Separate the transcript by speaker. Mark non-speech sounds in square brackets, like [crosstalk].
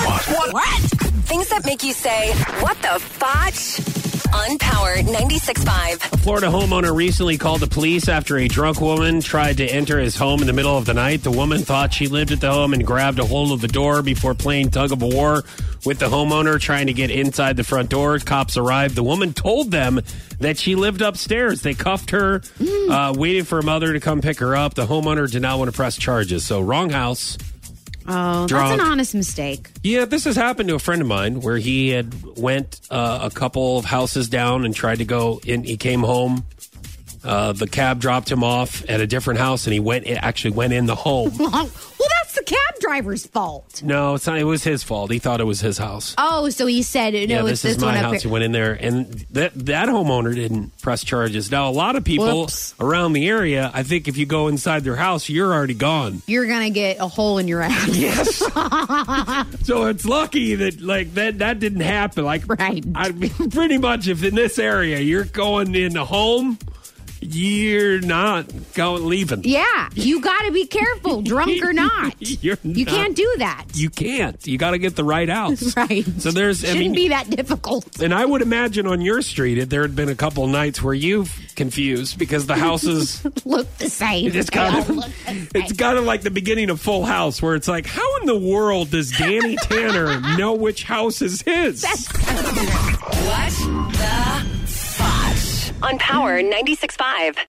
Speaker 1: What? Things that make you say, what the fotch? On Power 96.5.
Speaker 2: A Florida homeowner recently called the police after a drunk woman tried to enter his home in the middle of the night. The woman thought she lived at the home and grabbed a hold of the door before playing tug of war with the homeowner trying to get inside the front door. Cops arrived. The woman told them that she lived upstairs. They cuffed her,
Speaker 3: Hmm.
Speaker 2: uh, waited for her mother to come pick her up. The homeowner did not want to press charges. So, wrong house.
Speaker 3: Oh, that's
Speaker 2: Drunk.
Speaker 3: an
Speaker 2: [laughs]
Speaker 3: honest mistake.
Speaker 2: Yeah, this has happened to a friend of mine where he had went uh, a couple of houses down and tried to go in. He came home. Uh, the cab dropped him off at a different house, and he went. It actually went in the
Speaker 3: [laughs]
Speaker 2: home.
Speaker 3: Well, that's the cab driver's fault.
Speaker 2: No, it's not. It was his fault. He thought it was his house.
Speaker 3: Oh, so he said, no,
Speaker 2: yeah,
Speaker 3: it's
Speaker 2: this
Speaker 3: this,
Speaker 2: is my
Speaker 3: one up
Speaker 2: house. He
Speaker 3: here.
Speaker 2: went in there, and that that homeowner didn't press charges. Now, a lot of people
Speaker 3: Whoops.
Speaker 2: around the area, I think, if you go inside their house, you're already gone.
Speaker 3: You're going to get a hole in your ass. [laughs]
Speaker 2: Yes. [laughs] so it's lucky that like that that didn't happen. Like
Speaker 3: Right.
Speaker 2: I mean, [laughs] pretty much if in this area you're going in the home, you're not going leaving.
Speaker 3: Yeah, you got to be
Speaker 2: [laughs]
Speaker 3: careful, drunk or not.
Speaker 2: You're
Speaker 3: you
Speaker 2: not-
Speaker 3: can't do that.
Speaker 2: You can't. You got to get the right house.
Speaker 3: [laughs] right.
Speaker 2: So there's.
Speaker 3: shouldn't
Speaker 2: I mean,
Speaker 3: be that difficult.
Speaker 2: and I would imagine on your street, if there had been a couple nights where you've confused because the
Speaker 3: [laughs]
Speaker 2: houses,
Speaker 3: Look the same.
Speaker 2: it's
Speaker 3: They
Speaker 2: kind
Speaker 3: all
Speaker 2: of,
Speaker 3: look the
Speaker 2: it's
Speaker 3: same.
Speaker 2: kind of like the beginning of Full House, where it's like, how in the world does Danny Tanner
Speaker 3: [laughs]
Speaker 2: know which house is his?
Speaker 1: What the fotch? On Power 96.5.